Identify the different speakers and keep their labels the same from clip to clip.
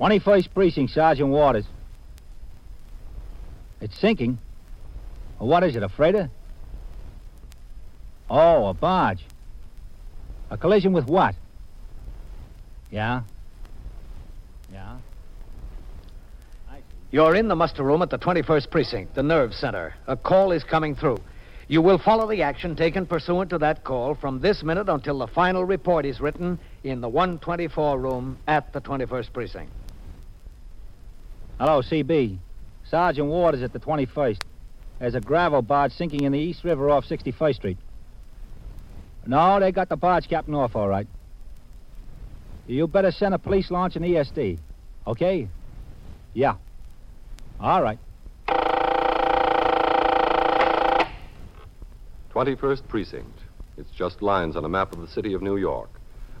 Speaker 1: 21st Precinct, Sergeant Waters. It's sinking. What is it, a freighter? Oh, a barge. A collision with what? Yeah? Yeah?
Speaker 2: You're in the muster room at the 21st Precinct, the nerve center. A call is coming through. You will follow the action taken pursuant to that call from this minute until the final report is written in the 124 room at the 21st Precinct.
Speaker 1: Hello, CB. Sergeant Waters at the 21st. There's a gravel barge sinking in the East River off 61st Street. No, they got the barge captain off all right. You better send a police launch and ESD. Okay? Yeah. All right.
Speaker 3: 21st Precinct. It's just lines on a map of the city of New York.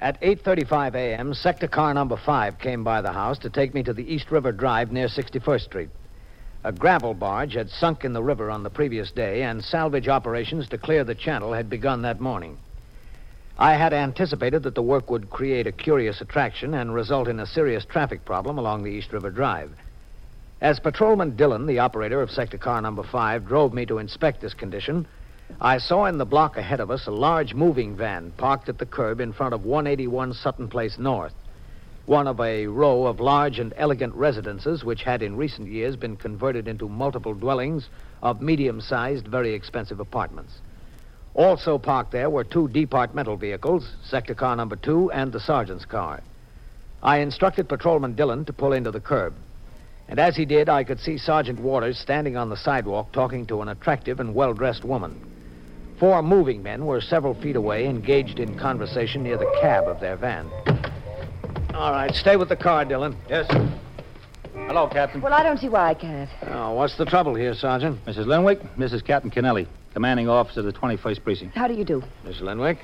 Speaker 2: At 8:35 a.m., sector car number 5 came by the house to take me to the East River Drive near 61st Street. A gravel barge had sunk in the river on the previous day, and salvage operations to clear the channel had begun that morning. I had anticipated that the work would create a curious attraction and result in a serious traffic problem along the East River Drive. As Patrolman Dillon, the operator of sector car number 5, drove me to inspect this condition, I saw in the block ahead of us a large moving van parked at the curb in front of 181 Sutton Place North, one of a row of large and elegant residences which had in recent years been converted into multiple dwellings of medium sized, very expensive apartments. Also parked there were two departmental vehicles, sector car number two and the sergeant's car. I instructed Patrolman Dillon to pull into the curb. And as he did, I could see Sergeant Waters standing on the sidewalk talking to an attractive and well dressed woman. Four moving men were several feet away, engaged in conversation near the cab of their van. All right, stay with the car, Dillon.
Speaker 1: Yes, Hello, Captain.
Speaker 4: Well, I don't see why I can't.
Speaker 2: Oh, what's the trouble here, Sergeant?
Speaker 1: Mrs. Linwick, this is Captain Kennelly, commanding officer of the 21st Precinct.
Speaker 4: How do you do?
Speaker 2: Miss Lenwick?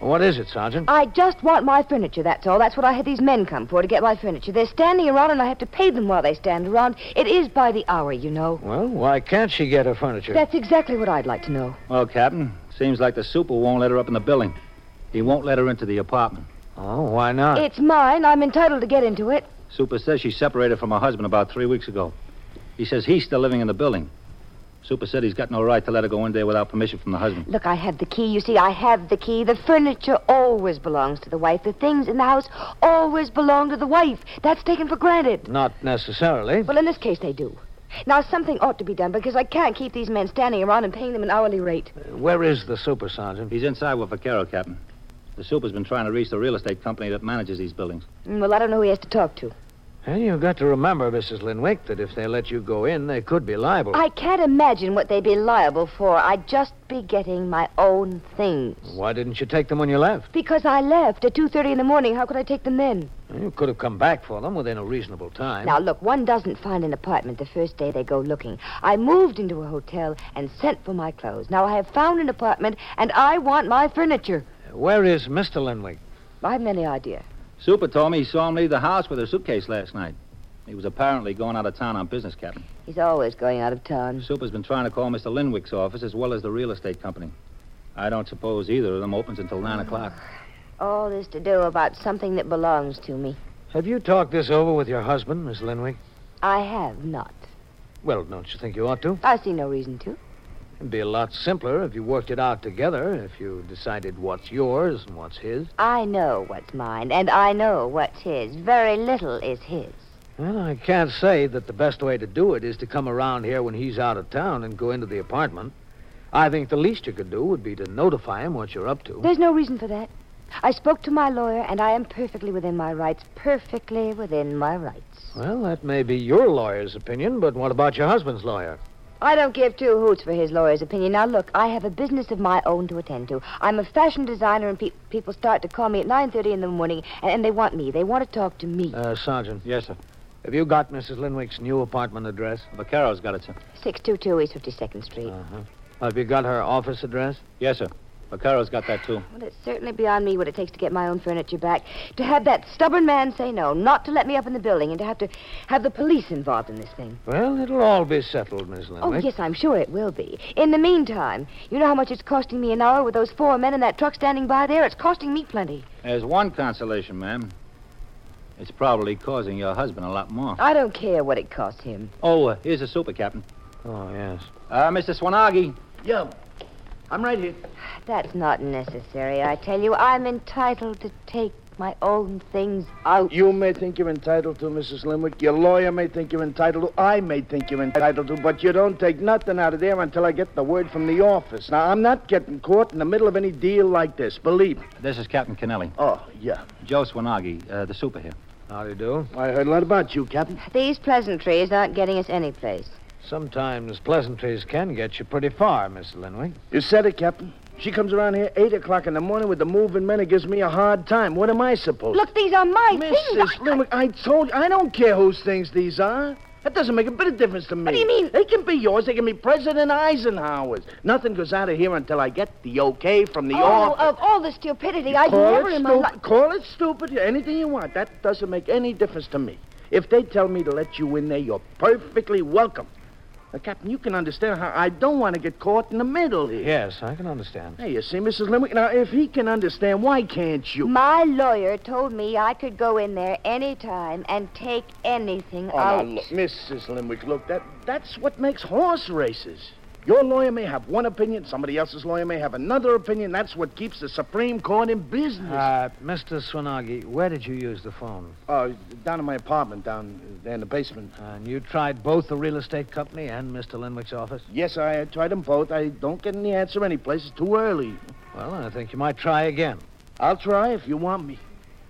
Speaker 2: What is it, Sergeant?
Speaker 4: I just want my furniture, that's all. That's what I had these men come for, to get my furniture. They're standing around, and I have to pay them while they stand around. It is by the hour, you know.
Speaker 2: Well, why can't she get her furniture?
Speaker 4: That's exactly what I'd like to know.
Speaker 1: Well, Captain, seems like the super won't let her up in the building. He won't let her into the apartment.
Speaker 2: Oh, why not?
Speaker 4: It's mine. I'm entitled to get into it.
Speaker 1: Super says she separated from her husband about three weeks ago. He says he's still living in the building. Super said he's got no right to let her go in there without permission from the husband.
Speaker 4: Look, I have the key. You see, I have the key. The furniture always belongs to the wife. The things in the house always belong to the wife. That's taken for granted.
Speaker 2: Not necessarily.
Speaker 4: Well, in this case, they do. Now, something ought to be done because I can't keep these men standing around and paying them an hourly rate.
Speaker 2: Where is the super, Sergeant?
Speaker 1: He's inside with Vaquero, Captain. The super's been trying to reach the real estate company that manages these buildings.
Speaker 4: Mm, Well, I don't know who he has to talk to.
Speaker 2: And you've got to remember, Mrs. Linwick, that if they let you go in, they could be liable.
Speaker 4: I can't imagine what they'd be liable for. I'd just be getting my own things.
Speaker 2: Why didn't you take them when you left?
Speaker 4: Because I left at 2.30 in the morning. How could I take them then?
Speaker 2: You could have come back for them within a reasonable time.
Speaker 4: Now, look, one doesn't find an apartment the first day they go looking. I moved into a hotel and sent for my clothes. Now, I have found an apartment, and I want my furniture.
Speaker 2: Where is Mr. Linwick?
Speaker 4: I've any idea.
Speaker 1: Super told me he saw him leave the house with her suitcase last night. He was apparently going out of town on business, Captain.
Speaker 4: He's always going out of town.
Speaker 1: Super's been trying to call Mr. Linwick's office as well as the real estate company. I don't suppose either of them opens until 9 o'clock.
Speaker 4: All this to do about something that belongs to me.
Speaker 2: Have you talked this over with your husband, Miss Linwick?
Speaker 4: I have not.
Speaker 2: Well, don't you think you ought to?
Speaker 4: I see no reason to.
Speaker 2: It'd be a lot simpler if you worked it out together, if you decided what's yours and what's his.
Speaker 4: I know what's mine, and I know what's his. Very little is his.
Speaker 2: Well, I can't say that the best way to do it is to come around here when he's out of town and go into the apartment. I think the least you could do would be to notify him what you're up to.
Speaker 4: There's no reason for that. I spoke to my lawyer, and I am perfectly within my rights. Perfectly within my rights.
Speaker 2: Well, that may be your lawyer's opinion, but what about your husband's lawyer?
Speaker 4: I don't give two hoots for his lawyer's opinion. Now, look, I have a business of my own to attend to. I'm a fashion designer, and pe- people start to call me at 9.30 in the morning, and, and they want me. They want to talk to me.
Speaker 2: Uh, Sergeant,
Speaker 1: Yes, sir.
Speaker 2: Have you got Mrs. Linwick's new apartment address?
Speaker 5: Vaccaro's got it, sir.
Speaker 4: 622 East 52nd Street.
Speaker 2: Uh-huh. Have you got her office address?
Speaker 5: Yes, sir. Vaccaro's got that, too.
Speaker 4: Well, it's certainly beyond me what it takes to get my own furniture back. To have that stubborn man say no, not to let me up in the building, and to have to have the police involved in this thing.
Speaker 2: Well, it'll all be settled, Miss Linwick.
Speaker 4: Oh, yes, I'm sure it will be. In the meantime, you know how much it's costing me an hour with those four men in that truck standing by there? It's costing me plenty.
Speaker 5: There's one consolation, ma'am. It's probably causing your husband a lot more.
Speaker 4: I don't care what it costs him.
Speaker 5: Oh, uh, here's a super, Captain.
Speaker 2: Oh, yes.
Speaker 5: Uh, Mr. Swanagi.
Speaker 6: Yeah, I'm right here.
Speaker 4: That's not necessary, I tell you. I'm entitled to take my own things out.
Speaker 6: You may think you're entitled to, Mrs. Limwick. Your lawyer may think you're entitled to. I may think you're entitled to, but you don't take nothing out of there until I get the word from the office. Now, I'm not getting caught in the middle of any deal like this, believe me.
Speaker 5: This is Captain Kennelly.
Speaker 6: Oh, yeah.
Speaker 5: Joe Swanagi, uh, the super here.
Speaker 2: How do you do?
Speaker 6: I heard a lot about you, Captain.
Speaker 4: These pleasantries aren't getting us any place.
Speaker 2: Sometimes pleasantries can get you pretty far, Miss Linwick.
Speaker 6: You said it, Captain. She comes around here 8 o'clock in the morning with the moving men and gives me a hard time. What am I supposed
Speaker 4: Look, these are my things.
Speaker 6: Mrs. Limwick, I told you, I don't care whose things these are. That doesn't make a bit of difference to me.
Speaker 4: What do you mean?
Speaker 6: They can be yours. They can be President Eisenhower's. Nothing goes out of here until I get the okay from the
Speaker 4: Oh,
Speaker 6: office.
Speaker 4: of all the stupidity I've
Speaker 6: Call
Speaker 4: never
Speaker 6: it
Speaker 4: in my
Speaker 6: stu-
Speaker 4: life.
Speaker 6: Call it stupid, anything you want. That doesn't make any difference to me. If they tell me to let you in there, you're perfectly welcome. Now, Captain, you can understand how I don't want to get caught in the middle here.
Speaker 2: Yes, I can understand.
Speaker 6: Hey, you see, Mrs. Limwick, now, if he can understand, why can't you?
Speaker 4: My lawyer told me I could go in there any time and take anything
Speaker 6: Oh, now,
Speaker 4: out.
Speaker 6: look, Mrs. Limwick, look, that, that's what makes horse races. Your lawyer may have one opinion, somebody else's lawyer may have another opinion. That's what keeps the Supreme Court in business.
Speaker 2: Uh, Mr. Swanagi, where did you use the phone?
Speaker 6: oh, down in my apartment, down there in the basement.
Speaker 2: And you tried both the real estate company and Mr. Linwick's office?
Speaker 6: Yes, I tried them both. I don't get any answer anyplace. It's too early.
Speaker 2: Well, I think you might try again.
Speaker 6: I'll try if you want me.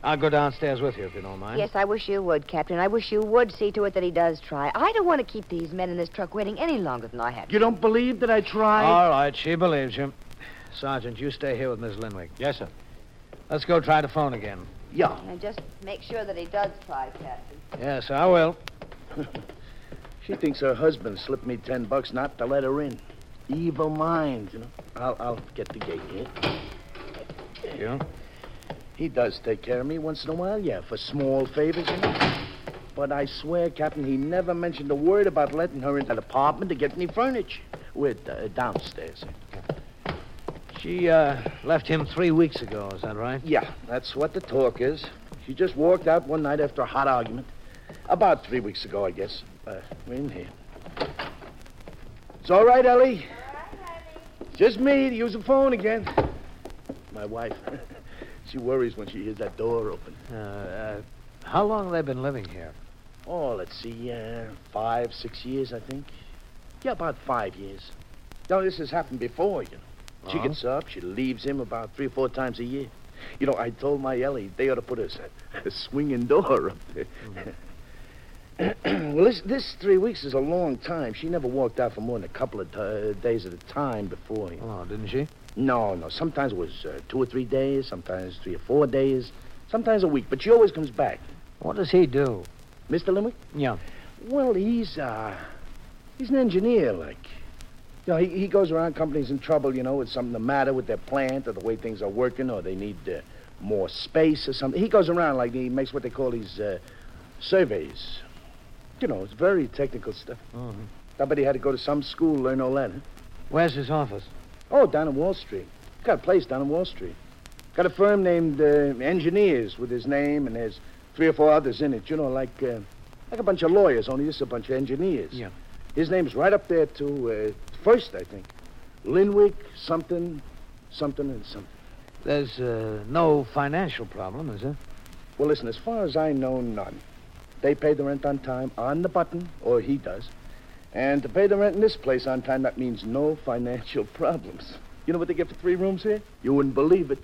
Speaker 2: I'll go downstairs with you if you don't mind.
Speaker 4: Yes, I wish you would, Captain. I wish you would see to it that he does try. I don't want to keep these men in this truck waiting any longer than I have.
Speaker 6: You don't believe that I tried?
Speaker 2: All right, she believes you. Sergeant, you stay here with Miss Linwick.
Speaker 5: Yes, sir.
Speaker 2: Let's go try the phone again.
Speaker 6: yeah.
Speaker 4: And just make sure that he does try, Captain.
Speaker 2: Yes, I will.
Speaker 6: She thinks her husband slipped me ten bucks not to let her in. Evil mind, you know. I'll, I'll get the gate here.
Speaker 2: You?
Speaker 6: He does take care of me once in a while, yeah, for small favors, you know. But I swear, Captain, he never mentioned a word about letting her into the apartment to get any furniture. With uh, downstairs.
Speaker 2: She uh, left him three weeks ago, is that right?
Speaker 6: Yeah, that's what the talk is. She just walked out one night after a hot argument. About three weeks ago, I guess. Uh, we're in here. It's all right, Ellie. Just me to use the phone again. My wife. she worries when she hears that door open.
Speaker 2: Uh, uh, how long have they been living here?
Speaker 6: Oh, let's see, uh, five, six years, I think. Yeah, about five years. Now, this has happened before, you know. She
Speaker 2: Uh-huh.
Speaker 6: gets up, she leaves him about three or four times a year. You know, I told my Ellie they ought to put a, s- a swinging door up there. well, this, this three weeks is a long time. She never walked out for more than a couple of ti- days at a time before. You know.
Speaker 2: Oh, didn't she?
Speaker 6: No, no. Sometimes it was uh, two or three days, sometimes three or four days, sometimes a week. But she always comes back.
Speaker 2: What does he do?
Speaker 6: Mr. Limwick?
Speaker 2: Yeah.
Speaker 6: Well, he's uh, he's an engineer, like. You know, he, he goes around companies in trouble, you know, with something the matter with their plant or the way things are working or they need uh, more space or something. He goes around like he makes what they call these uh, surveys. You know, it's very technical stuff.
Speaker 2: Mhm.
Speaker 6: Somebody had to go to some school, learn all that. huh?
Speaker 2: Where's his office?
Speaker 6: Oh, down in Wall Street. Got a place down in Wall Street. Got a firm named uh, Engineers with his name, and there's three or four others in it. You know, like uh, like a bunch of lawyers. Only this is a bunch of engineers.
Speaker 2: Yeah.
Speaker 6: His name's right up there to uh, first, I think. Linwick something, something and something.
Speaker 2: There's uh, no financial problem, is there?
Speaker 6: Well, listen. As far as I know, none. They pay the rent on time, on the button, or he does. And to pay the rent in this place on time, that means no financial problems. You know what they get for three rooms here? You wouldn't believe it.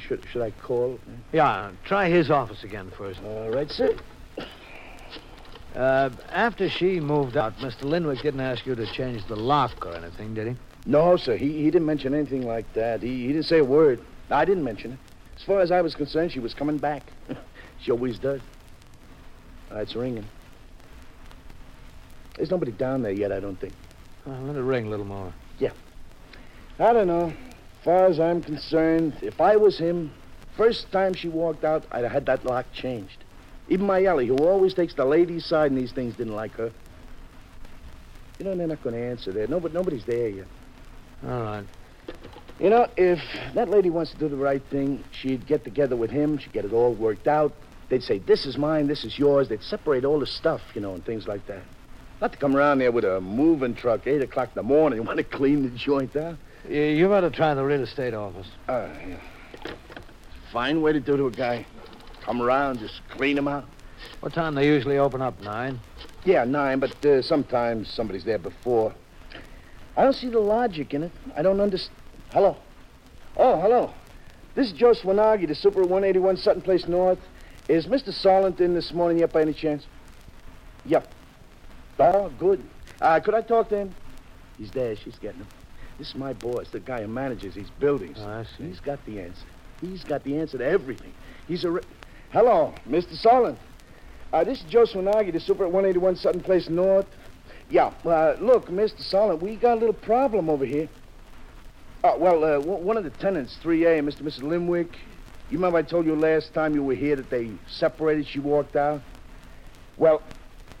Speaker 6: Should, should I call?
Speaker 2: Yeah, try his office again first.
Speaker 6: All right, sir.
Speaker 2: Uh, after she moved out, Mr. Linwick didn't ask you to change the lock or anything, did he?
Speaker 6: No, sir. He, he didn't mention anything like that. He, he didn't say a word. I didn't mention it. As far as I was concerned, she was coming back. she always does. Uh, it's ringing. There's nobody down there yet, I don't think.
Speaker 2: Uh, let it ring a little more.
Speaker 6: I don't know. Far as I'm concerned, if I was him, first time she walked out, I'd have had that lock changed. Even my Ellie, who always takes the lady's side in these things, didn't like her. You know, they're not going to answer there. Nobody, nobody's there yet.
Speaker 2: All right.
Speaker 6: You know, if that lady wants to do the right thing, she'd get together with him. She'd get it all worked out. They'd say, this is mine, this is yours. They'd separate all the stuff, you know, and things like that. Not to come around there with a moving truck, 8 o'clock in the morning. You want to clean the joint out?
Speaker 2: You, you better try the real estate office.
Speaker 6: Uh, yeah. Fine way to do to a guy. Come around, just clean him out.
Speaker 2: What time they usually open up? Nine.
Speaker 6: Yeah, nine, but uh, sometimes somebody's there before. I don't see the logic in it. I don't understand. Hello. Oh, hello. This is Joe Swanagi, the super at 181 Sutton Place North. Is Mr. Solent in this morning yet by any chance? Yep. Oh, good. Uh, could I talk to him? He's there. She's getting him. This is my boss, the guy who manages these buildings.
Speaker 2: Oh, I see.
Speaker 6: He's got the answer. He's got the answer to everything. He's a. Re- Hello, Mr. Solent. Uh, this is Joe Swanagi, the super at 181 Sutton Place North. Yeah, uh, look, Mr. Solent, we got a little problem over here. Uh, well, uh, w- one of the tenants, 3A, Mr. and Mrs. Limwick, you remember I told you last time you were here that they separated, she walked out? Well,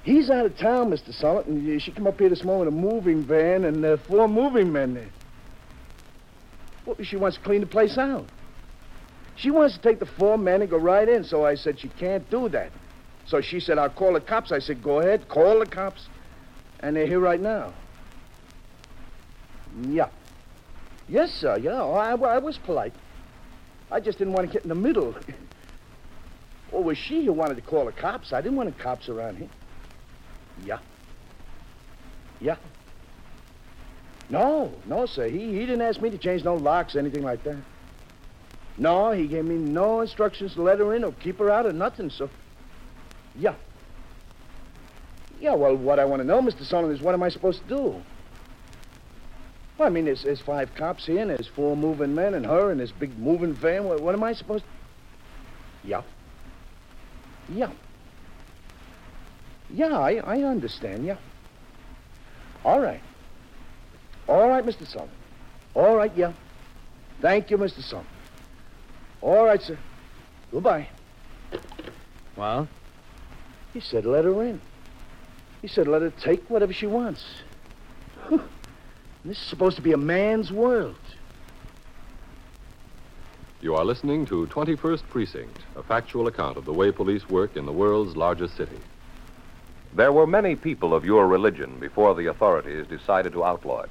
Speaker 6: he's out of town, Mr. Solent, and uh, she came up here this morning in a moving van and uh, four moving men there. Well, she wants to clean the place out. She wants to take the four men and go right in, so I said she can't do that. So she said, I'll call the cops. I said, go ahead, call the cops. And they're here right now. Yeah. Yes, sir, yeah. oh, I, I was polite. I just didn't want to get in the middle. or was she who wanted to call the cops? I didn't want the cops around here. Yeah. Yeah. No, no, sir. He, he didn't ask me to change no locks, anything like that. No, he gave me no instructions to let her in or keep her out or nothing, so. Yeah. Yeah, well, what I want to know, Mr. Solomon, is what am I supposed to do? Well, I mean, there's, there's five cops here, and there's four moving men, and her, and this big moving van. What, what am I supposed to. Yeah. Yeah. Yeah, I, I understand, yeah. All right. All right, Mr. Sullivan. All right, yeah. Thank you, Mr. Sullivan. All right, sir. Goodbye.
Speaker 2: Well,
Speaker 6: He said let her in. He said let her take whatever she wants. this is supposed to be a man's world.
Speaker 3: You are listening to 21st Precinct, a factual account of the way police work in the world's largest city.
Speaker 7: There were many people of your religion before the authorities decided to outlaw it.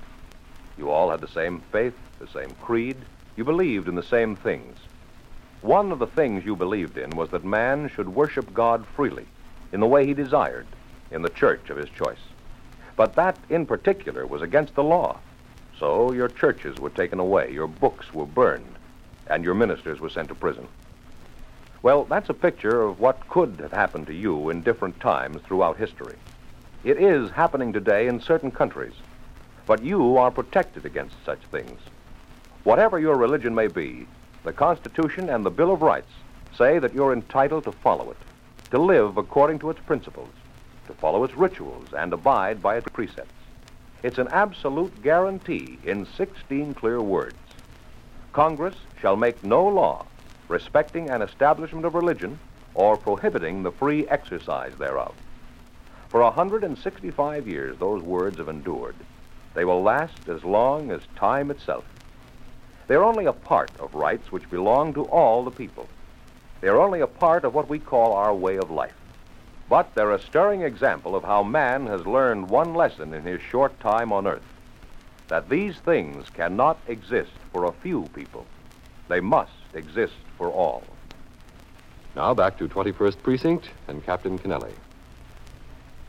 Speaker 7: You all had the same faith, the same creed. You believed in the same things. One of the things you believed in was that man should worship God freely, in the way he desired, in the church of his choice. But that, in particular, was against the law. So your churches were taken away, your books were burned, and your ministers were sent to prison. Well, that's a picture of what could have happened to you in different times throughout history. It is happening today in certain countries, but you are protected against such things. Whatever your religion may be, the Constitution and the Bill of Rights say that you're entitled to follow it, to live according to its principles, to follow its rituals, and abide by its precepts. It's an absolute guarantee in 16 clear words. Congress shall make no law respecting an establishment of religion or prohibiting the free exercise thereof. For 165 years, those words have endured. They will last as long as time itself. They are only a part of rights which belong to all the people. They are only a part of what we call our way of life. But they're a stirring example of how man has learned one lesson in his short time on earth that these things cannot exist for a few people. They must exist for all.
Speaker 3: Now back to 21st Precinct and Captain Kennelly.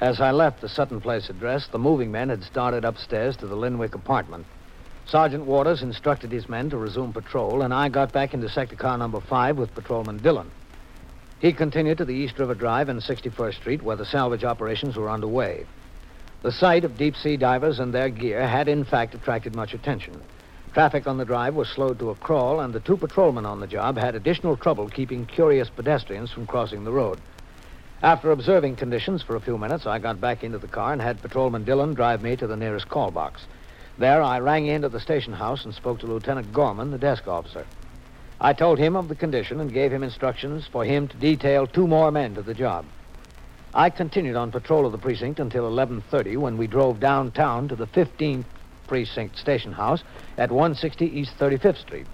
Speaker 2: As I left the Sutton Place address, the moving men had started upstairs to the Linwick apartment. Sergeant Waters instructed his men to resume patrol, and I got back into sector car number five with Patrolman Dillon. He continued to the East River Drive and 61st Street, where the salvage operations were underway. The sight of deep sea divers and their gear had, in fact, attracted much attention. Traffic on the drive was slowed to a crawl, and the two patrolmen on the job had additional trouble keeping curious pedestrians from crossing the road. After observing conditions for a few minutes, I got back into the car and had Patrolman Dillon drive me to the nearest call box. There, I rang into the station house and spoke to Lieutenant Gorman, the desk officer. I told him of the condition and gave him instructions for him to detail two more men to the job. I continued on patrol of the precinct until 11:30 when we drove downtown to the 15th precinct station house at 160 East 35th Street.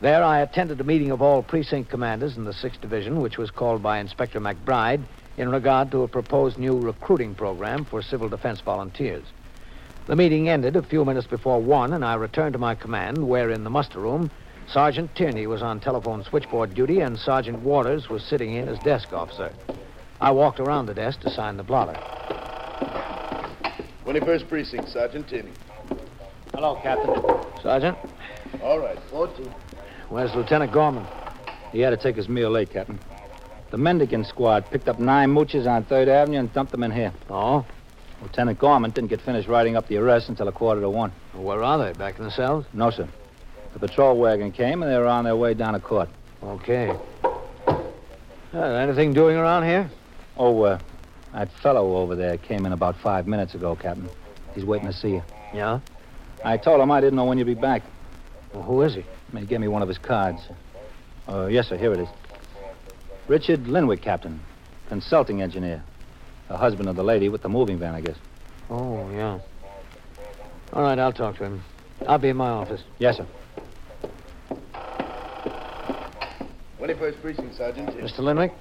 Speaker 2: There I attended a meeting of all precinct commanders in the 6th Division which was called by Inspector McBride in regard to a proposed new recruiting program for civil defense volunteers. The meeting ended a few minutes before 1 and I returned to my command where in the muster room Sergeant Tierney was on telephone switchboard duty and Sergeant Waters was sitting in as desk officer. I walked around the desk to sign the blotter.
Speaker 8: 21st Precinct, Sergeant Tinney.
Speaker 5: Hello, Captain.
Speaker 2: Sergeant,
Speaker 8: All right, 14.
Speaker 2: where's Lieutenant Gorman?
Speaker 5: He had to take his meal late, Captain. The Mendicant Squad picked up nine mooches on 3rd Avenue and dumped them in here.
Speaker 2: Oh,
Speaker 5: Lieutenant Gorman didn't get finished writing up the arrest until a quarter to one.
Speaker 2: where are they? Back in the cells?
Speaker 5: No, sir. The patrol wagon came, and they were on their way down to court.
Speaker 2: Okay. Uh, anything doing around here?
Speaker 5: Oh, uh, that fellow over there came in about five minutes ago, Captain. He's waiting to see you.
Speaker 2: Yeah.
Speaker 5: I told him I didn't know when you'd be back.
Speaker 2: Well, who is he?
Speaker 5: He gave me one of his cards. Uh, yes, sir. Here it is. Richard Linwick, Captain, consulting engineer. The husband of the lady with the moving van, I guess.
Speaker 2: Oh, yeah. All right, I'll talk to him. I'll be in my office.
Speaker 5: Yes, sir.
Speaker 8: 21st Precinct, Sergeant Tinney.
Speaker 2: Mr. Linwick,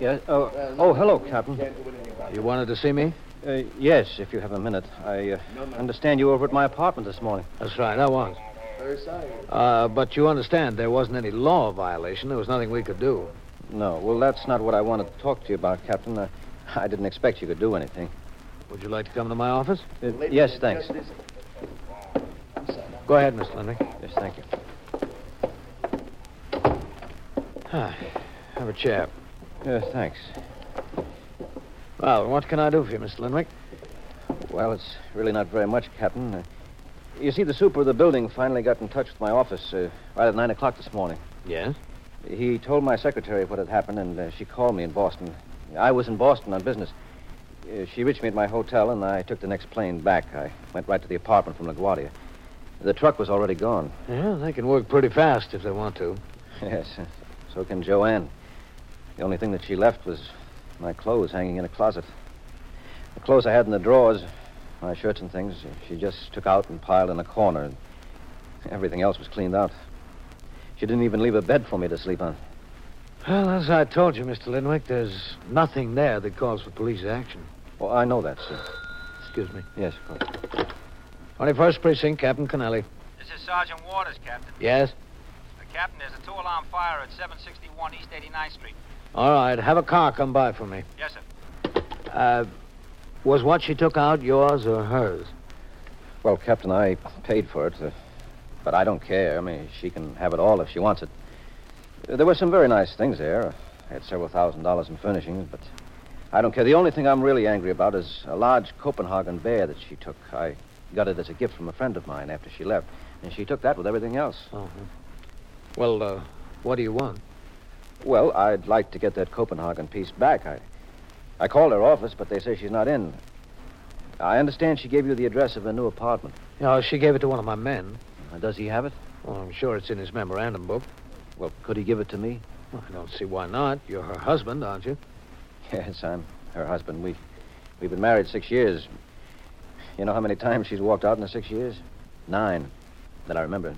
Speaker 1: Yes. Oh, oh, hello, Captain.
Speaker 8: Can't do anything about
Speaker 2: you wanted to see me?
Speaker 1: Uh, yes, if you have a minute. I uh, understand you were over at my apartment this morning.
Speaker 2: That's right, I was.
Speaker 8: it. Very sorry.
Speaker 2: Uh, but you understand, there wasn't any law violation. There was nothing we could do.
Speaker 1: No, well, that's not what I wanted to talk to you about, Captain. Uh, I didn't expect you could do anything.
Speaker 2: Would you like to come to my office?
Speaker 1: Uh,
Speaker 8: Ladies
Speaker 1: yes,
Speaker 8: and
Speaker 1: thanks.
Speaker 8: gentlemen,
Speaker 2: Go ahead, Mr. Linwick.
Speaker 1: Yes, thank you.
Speaker 2: Have a chair.
Speaker 1: Uh, thanks.
Speaker 2: Well, what can I do for you, Mr. Linwick?
Speaker 1: Well, it's really not very much, Captain. Uh, you see, the super of the building finally got in touch with my office uh, right at 9 o'clock this morning.
Speaker 2: Yes?
Speaker 1: He told my secretary what had happened, and uh, she called me in Boston. I was in Boston on business. Uh, she reached me at my hotel, and I took the next plane back. I went right to the apartment from LaGuardia. The truck was already gone.
Speaker 2: Yeah, they can work pretty fast if they want to.
Speaker 1: Yes, so can Joanne. The only thing that she left was my clothes hanging in a closet. The clothes I had in the drawers, my shirts and things, she just took out and piled in a corner. Everything else was cleaned out. She didn't even leave a bed for me to sleep on.
Speaker 2: Well, as I told you, Mr. Linwick, there's nothing there that calls for police action.
Speaker 1: Well, Oh, I know that, sir.
Speaker 2: Excuse me.
Speaker 1: Yes, of course.
Speaker 2: 21st Precinct, Captain Kennelly.
Speaker 5: This is Sergeant Waters, Captain.
Speaker 2: Yes?
Speaker 5: The captain, there's a two-alarm fire at 761 East 89th Street.
Speaker 2: All right, have a car come by for me.
Speaker 5: Yes, sir.
Speaker 2: Uh, was what she took out yours or hers?
Speaker 1: Well, Captain, I paid for it, uh, but I don't care. I mean, she can have it all if she wants it. Uh, There were some very nice things there. I had several thousand dollars in furnishings, but I don't care. The only thing I'm really angry about is a large Copenhagen bear that she took. I got it as a gift from a friend of mine after she left, and she took that with everything else.
Speaker 2: Uh-huh. Well, uh, what do you want?
Speaker 1: Well, I'd like to get that Copenhagen piece back. I, I called her office, but they say she's not in. I understand she gave you the address of her new apartment.
Speaker 2: You know, Oh, she gave it to one of my men.
Speaker 1: Uh, Does he have it?
Speaker 2: Well, I'm sure it's in his memorandum book.
Speaker 1: Well, could he give it to me?
Speaker 2: Well, I don't see why not. You're her husband, aren't you?
Speaker 1: Yes, I'm her husband. We, we've been married six years. You know how many times she's walked out in the six years? Nine, that I remember.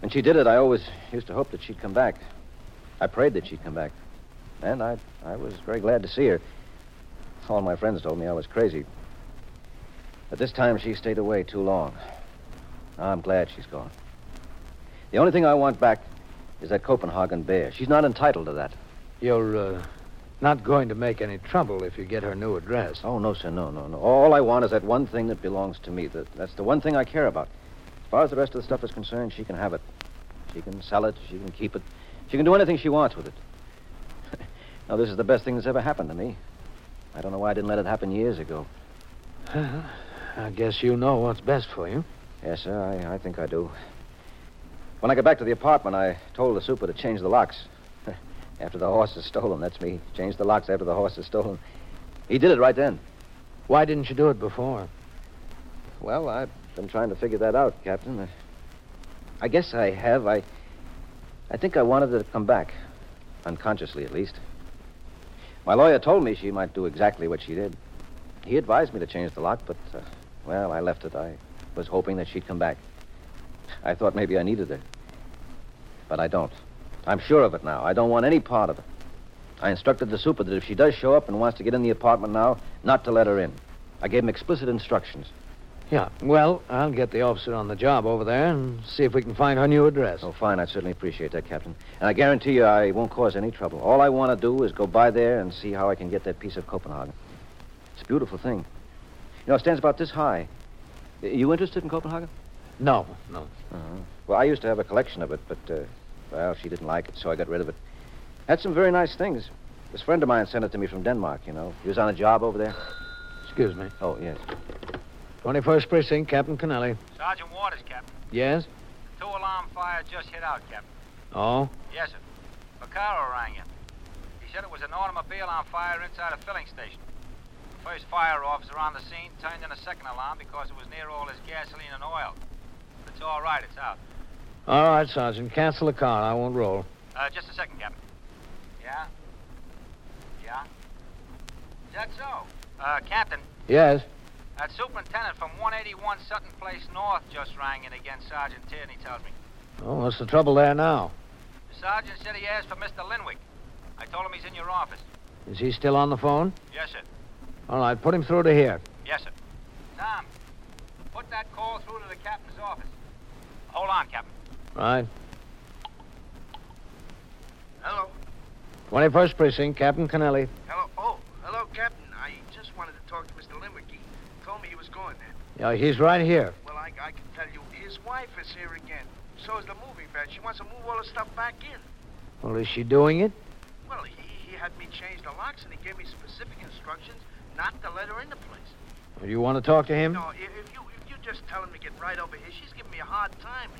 Speaker 1: When she did it, I always used to hope that she'd come back. I prayed that she'd come back. And I, I was very glad to see her. All my friends told me I was crazy. But this time she stayed away too long. I'm glad she's gone. The only thing I want back is that Copenhagen bear. She's not entitled to that.
Speaker 2: You're uh, not going to make any trouble if you get her new address.
Speaker 1: Oh, no, sir, no, no, no. All I want is that one thing that belongs to me. That, that's the one thing I care about. As far as the rest of the stuff is concerned, she can have it. She can sell it, she can keep it, she can do anything she wants with it. now, this is the best thing that's ever happened to me. I don't know why I didn't let it happen years ago.
Speaker 2: I guess you know what's best for you.
Speaker 1: Yes, sir, I, I think I do. When I got back to the apartment, I told the super to change the locks. After the horse is stolen, that's me. Changed the locks after the horse is stolen. He did it right then.
Speaker 2: Why didn't you do it before?
Speaker 1: Well, I've been trying to figure that out, Captain. I guess I have. I, I think I wanted her to come back, unconsciously at least. My lawyer told me she might do exactly what she did. He advised me to change the lock, but, uh, well, I left it. I was hoping that she'd come back. I thought maybe I needed her. But I don't. I'm sure of it now. I don't want any part of it. I instructed the super that if she does show up and wants to get in the apartment now, not to let her in. I gave him explicit instructions.
Speaker 2: Yeah. Well, I'll get the officer on the job over there and see if we can find her new address.
Speaker 1: Oh, fine. I'd certainly appreciate that, Captain. And I guarantee you I won't cause any trouble. All I want to do is go by there and see how I can get that piece of Copenhagen. It's a beautiful thing. You know, it stands about this high. Y- You interested in Copenhagen?
Speaker 2: No, no.
Speaker 1: Uh-huh. Well, I used to have a collection of it, but, uh, well, she didn't like it, so I got rid of it. Had some very nice things. This friend of mine sent it to me from Denmark, you know. He was on a job over there.
Speaker 2: Excuse me.
Speaker 1: Oh, yes.
Speaker 2: 21st Precinct, Captain Kennelly.
Speaker 5: Sergeant Waters, Captain.
Speaker 2: Yes?
Speaker 5: Two alarm fire just hit out, Captain.
Speaker 2: Oh?
Speaker 5: Yes, sir. Vaccaro rang you. He said it was an automobile on fire inside a filling station. The first fire officer on the scene turned in a second alarm because it was near all his gasoline and oil. But it's all right, it's out.
Speaker 2: All right, Sergeant. Cancel the car. I won't roll.
Speaker 5: Uh, just a second, Captain. Yeah? Yeah? Is that so? Uh, Captain,
Speaker 2: Yes?
Speaker 5: that superintendent from 181 Sutton Place North just rang in again, Sergeant Tierney tells me.
Speaker 2: Oh, what's the trouble there now?
Speaker 5: The sergeant said he asked for Mr. Linwick. I told him he's in your office.
Speaker 2: Is he still on the phone?
Speaker 5: Yes, sir.
Speaker 2: All right, put him through to here.
Speaker 5: Yes, sir. Tom, put that call through to the captain's office. Hold on, Captain.
Speaker 2: Right.
Speaker 8: Hello.
Speaker 2: 21st Precinct, Captain Kennelly.
Speaker 8: Hello. Oh, hello, Captain. I just wanted to talk to Mr. Limerick. He told me he was going there.
Speaker 2: Yeah, he's right here.
Speaker 8: Well, I, I can tell you, his wife is here again. So is the movie van. She wants to move all the stuff back in.
Speaker 2: Well, is she doing it?
Speaker 8: Well, he, he had me change the locks, and he gave me specific instructions not to let her in the place.
Speaker 2: You want to talk to him?
Speaker 8: No, i- if you if you just tell him to get right over here, she's giving me a hard time.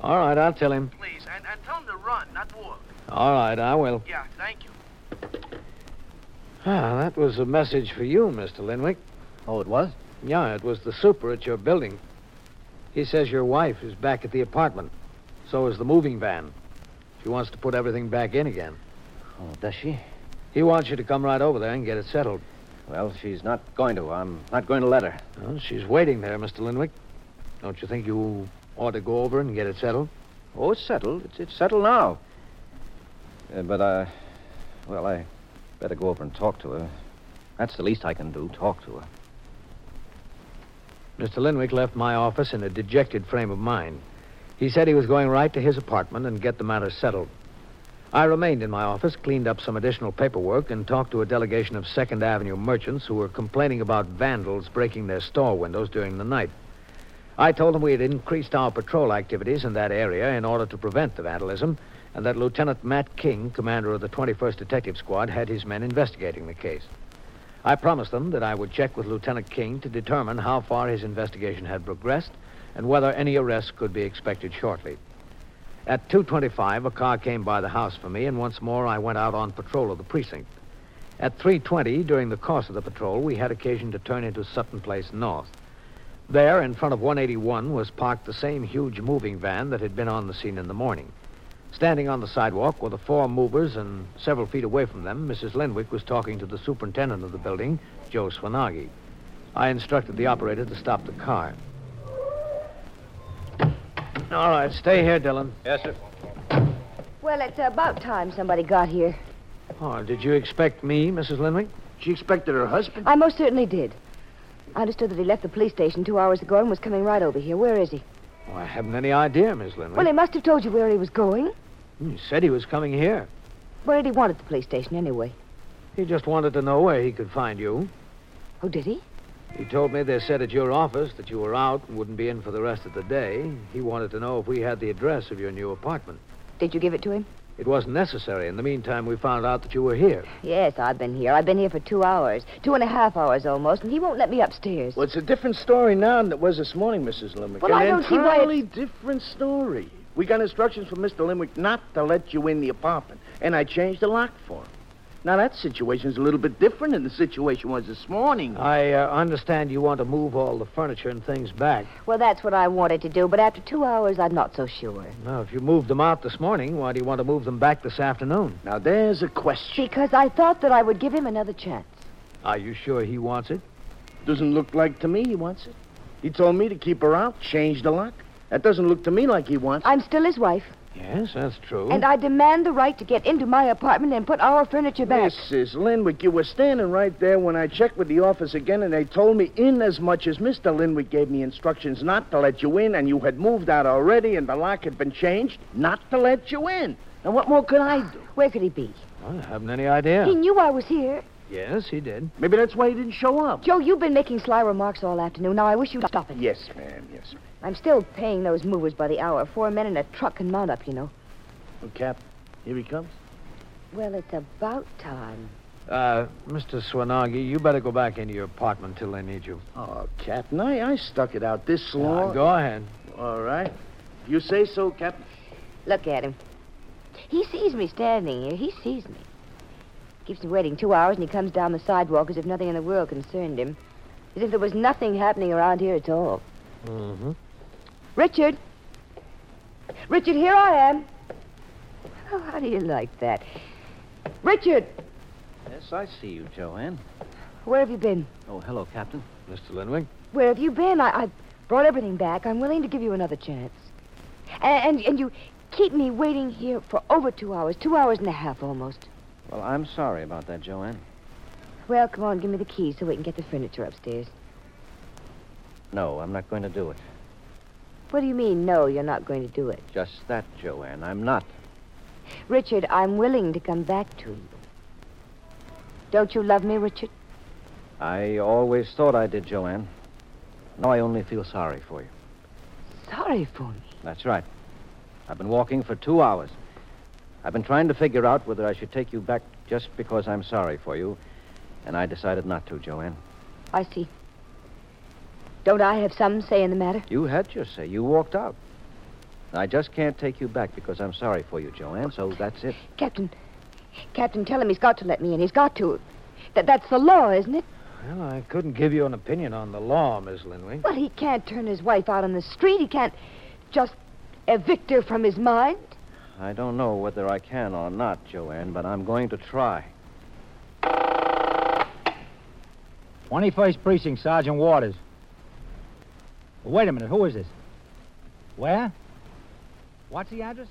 Speaker 2: All right, I'll tell him.
Speaker 8: Please, and, and tell him to run, not walk.
Speaker 2: All right, I will.
Speaker 8: Yeah, thank you.
Speaker 2: Ah, that was a message for you, Mr. Linwick.
Speaker 1: Oh, it was?
Speaker 2: Yeah, it was the super at your building. He says your wife is back at the apartment. So is the moving van. She wants to put everything back in again.
Speaker 1: Oh, does she?
Speaker 2: He wants you to come right over there and get it settled.
Speaker 1: Well, she's not going to. I'm not going to let her.
Speaker 2: Well, she's waiting there, Mr. Linwick. Don't you think you ought to go over and get it settled?
Speaker 1: Oh, it's settled. It's, it's settled now. Uh, but, uh, well, I better go over and talk to her. That's the least I can do, talk to her.
Speaker 2: Mr. Linwick left my office in a dejected frame of mind. He said he was going right to his apartment and get the matter settled. I remained in my office, cleaned up some additional paperwork, and talked to a delegation of Second Avenue merchants who were complaining about vandals breaking their store windows during the night. I told them we had increased our patrol activities in that area in order to prevent the vandalism, and that Lieutenant Matt King, commander of the 21st Detective Squad, had his men investigating the case. I promised them that I would check with Lieutenant King to determine how far his investigation had progressed and whether any arrests could be expected shortly. At 2:25, a car came by the house for me, and once more I went out on patrol of the precinct. At 3:20, during the course of the patrol, we had occasion to turn into Sutton Place North. There, in front of 181, was parked the same huge moving van that had been on the scene in the morning. Standing on the sidewalk were the four movers, and several feet away from them, Mrs. Lenwick was talking to the superintendent of the building, Joe Swanagi. I instructed the operator to stop the car. All right, stay here, Dylan.
Speaker 1: Yes, sir.
Speaker 4: Well, it's about time somebody got here.
Speaker 2: Oh, did you expect me, Mrs. Lenwick?
Speaker 6: She expected her husband?
Speaker 4: I most certainly did. I understood that he left the police station two hours ago and was coming right over here. Where is he?
Speaker 2: Oh, I haven't any idea, Miss Lenwick. Hmm,
Speaker 4: Well, he must have told you where he was going.
Speaker 2: he said he was coming here.
Speaker 4: Where did he want at the police station anyway?
Speaker 2: He just wanted to know where he could find you.
Speaker 4: Oh, did he?
Speaker 2: He told me they said at your office that you were out and wouldn't be in for the rest of the day. He wanted to know if we had the address of your new apartment.
Speaker 4: Did you give it to him?
Speaker 2: It wasn't necessary. In the meantime, we found out that you were here.
Speaker 4: Yes, I've been here. I've been here for two hours, two and a half hours almost, and he won't let me upstairs.
Speaker 6: Well, it's a different story now than it was this morning, Mrs. Limerick.
Speaker 4: Well,
Speaker 6: An
Speaker 4: I don't see why
Speaker 6: entirely different story. We got instructions from Mr. Limerick not to let you in the apartment, and I changed the lock for him. Now, that situation's a little bit different than the situation was this morning.
Speaker 2: I uh, understand you want to move all the furniture and things back.
Speaker 4: Well, that's what I wanted to do, but after two hours, I'm not so sure.
Speaker 2: Now, if you moved them out this morning, why do you want to move them back this afternoon?
Speaker 6: Now, there's a question.
Speaker 4: Because I thought that I would give him another chance.
Speaker 2: Are you sure he wants it?
Speaker 6: Doesn't look like to me he wants it. He told me to keep her out, change the lock. That doesn't look to me like he wants
Speaker 4: I'm still his wife,
Speaker 2: Yes, that's true.
Speaker 4: and I demand the right to get into my apartment and put our furniture back.
Speaker 6: Mrs. Linwick, you were standing right there when I checked with the office again, and they told me, in as much as Mr. Linwick gave me instructions not to let you in, and you had moved out already, and the lock had been changed, not to let you in. Now, what more could I do?
Speaker 4: Where could he be?
Speaker 2: I haven't any idea.
Speaker 4: He knew I was here.
Speaker 2: Yes, he did.
Speaker 6: Maybe that's why he didn't show up.
Speaker 4: Joe, you've been making sly remarks all afternoon. Now, I wish you'd stop it.
Speaker 6: Yes, ma'am, yes, ma'am.
Speaker 4: I'm still paying those movers by the hour. Four men in a truck and mount up, you know.
Speaker 6: Oh, Cap, here he comes.
Speaker 4: Well, it's about time.
Speaker 2: Uh, Mr. Swanagi, you better go back into your apartment till they need you.
Speaker 6: Oh, Captain, I, I stuck it out this long.
Speaker 2: Uh, go ahead.
Speaker 6: All right. If you say so, Captain.
Speaker 4: Look at him. He sees me standing here. He sees me. Keeps me waiting two hours, and he comes down the sidewalk as if nothing in the world concerned him. As if there was nothing happening around here at all.
Speaker 2: Mm-hmm.
Speaker 4: Richard! Richard, here I am. Oh, how do you like that? Richard,
Speaker 1: Yes, I see you, Joanne.
Speaker 4: where have you been?
Speaker 1: Oh, hello, Captain.
Speaker 2: Mr. Linwick?
Speaker 4: Where have you been? I, I brought everything back. I'm willing to give you another chance. A- And, and, and you keep me waiting here for over two hours, two hours and a half almost.
Speaker 1: Well, I'm sorry about that, Joanne.
Speaker 4: Well, come on, give me the keys so we can get the furniture upstairs.
Speaker 1: No, I'm not going to do it.
Speaker 4: What do you mean, no, you're not going to do it?
Speaker 1: Just that, Joanne. I'm not.
Speaker 4: Richard, I'm willing to come back to you. Don't you love me, Richard?
Speaker 1: I always thought I did, Joanne. Now I only feel sorry for you.
Speaker 4: Sorry for me.
Speaker 1: That's right. I've been walking for two hours. I've been trying to figure out whether I should take you back just because I'm sorry for you, and I decided not to, Joanne.
Speaker 4: I see. Don't I have some say in the matter?
Speaker 1: You had your say. You walked out. I just can't take you back because I'm sorry for you, Joanne, so that's it.
Speaker 4: Captain, Captain, tell him he's got to let me in. He's got to. That, that's the law, isn't it?
Speaker 2: Well, I couldn't give you an opinion on the law, Miss Linwick.
Speaker 4: Well, he can't turn his wife out on the street. He can't just evict her from his mind.
Speaker 1: I don't know whether I can or not, Joanne, but I'm going to try.
Speaker 5: 21st Precinct, Sergeant Waters. Wait a minute, who is this? Where? What's the address?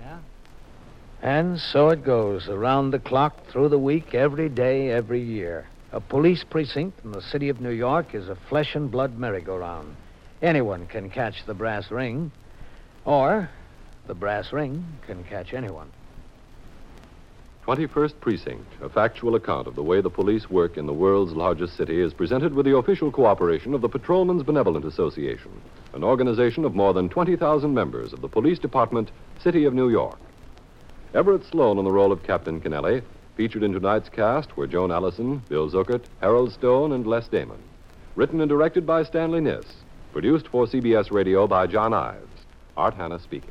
Speaker 5: Yeah?
Speaker 2: And so it goes, around the clock, through the week, every day, every year. A police precinct in the city of New York is a flesh and blood merry-go-round. Anyone can catch the brass ring, or the brass ring can catch anyone.
Speaker 3: 21st Precinct, a factual account of the way the police work in the world's largest city, is presented with the official cooperation of the Patrolmen's Benevolent Association, an organization of more than 20,000 members of the Police Department, City of New York. Everett Sloan in the role of Captain Kennelly, featured in tonight's cast were Joan Allison, Bill Zuckert, Harold Stone, and Les Damon. Written and directed by Stanley Niss. Produced for CBS Radio by John Ives. Art Hanna speaking.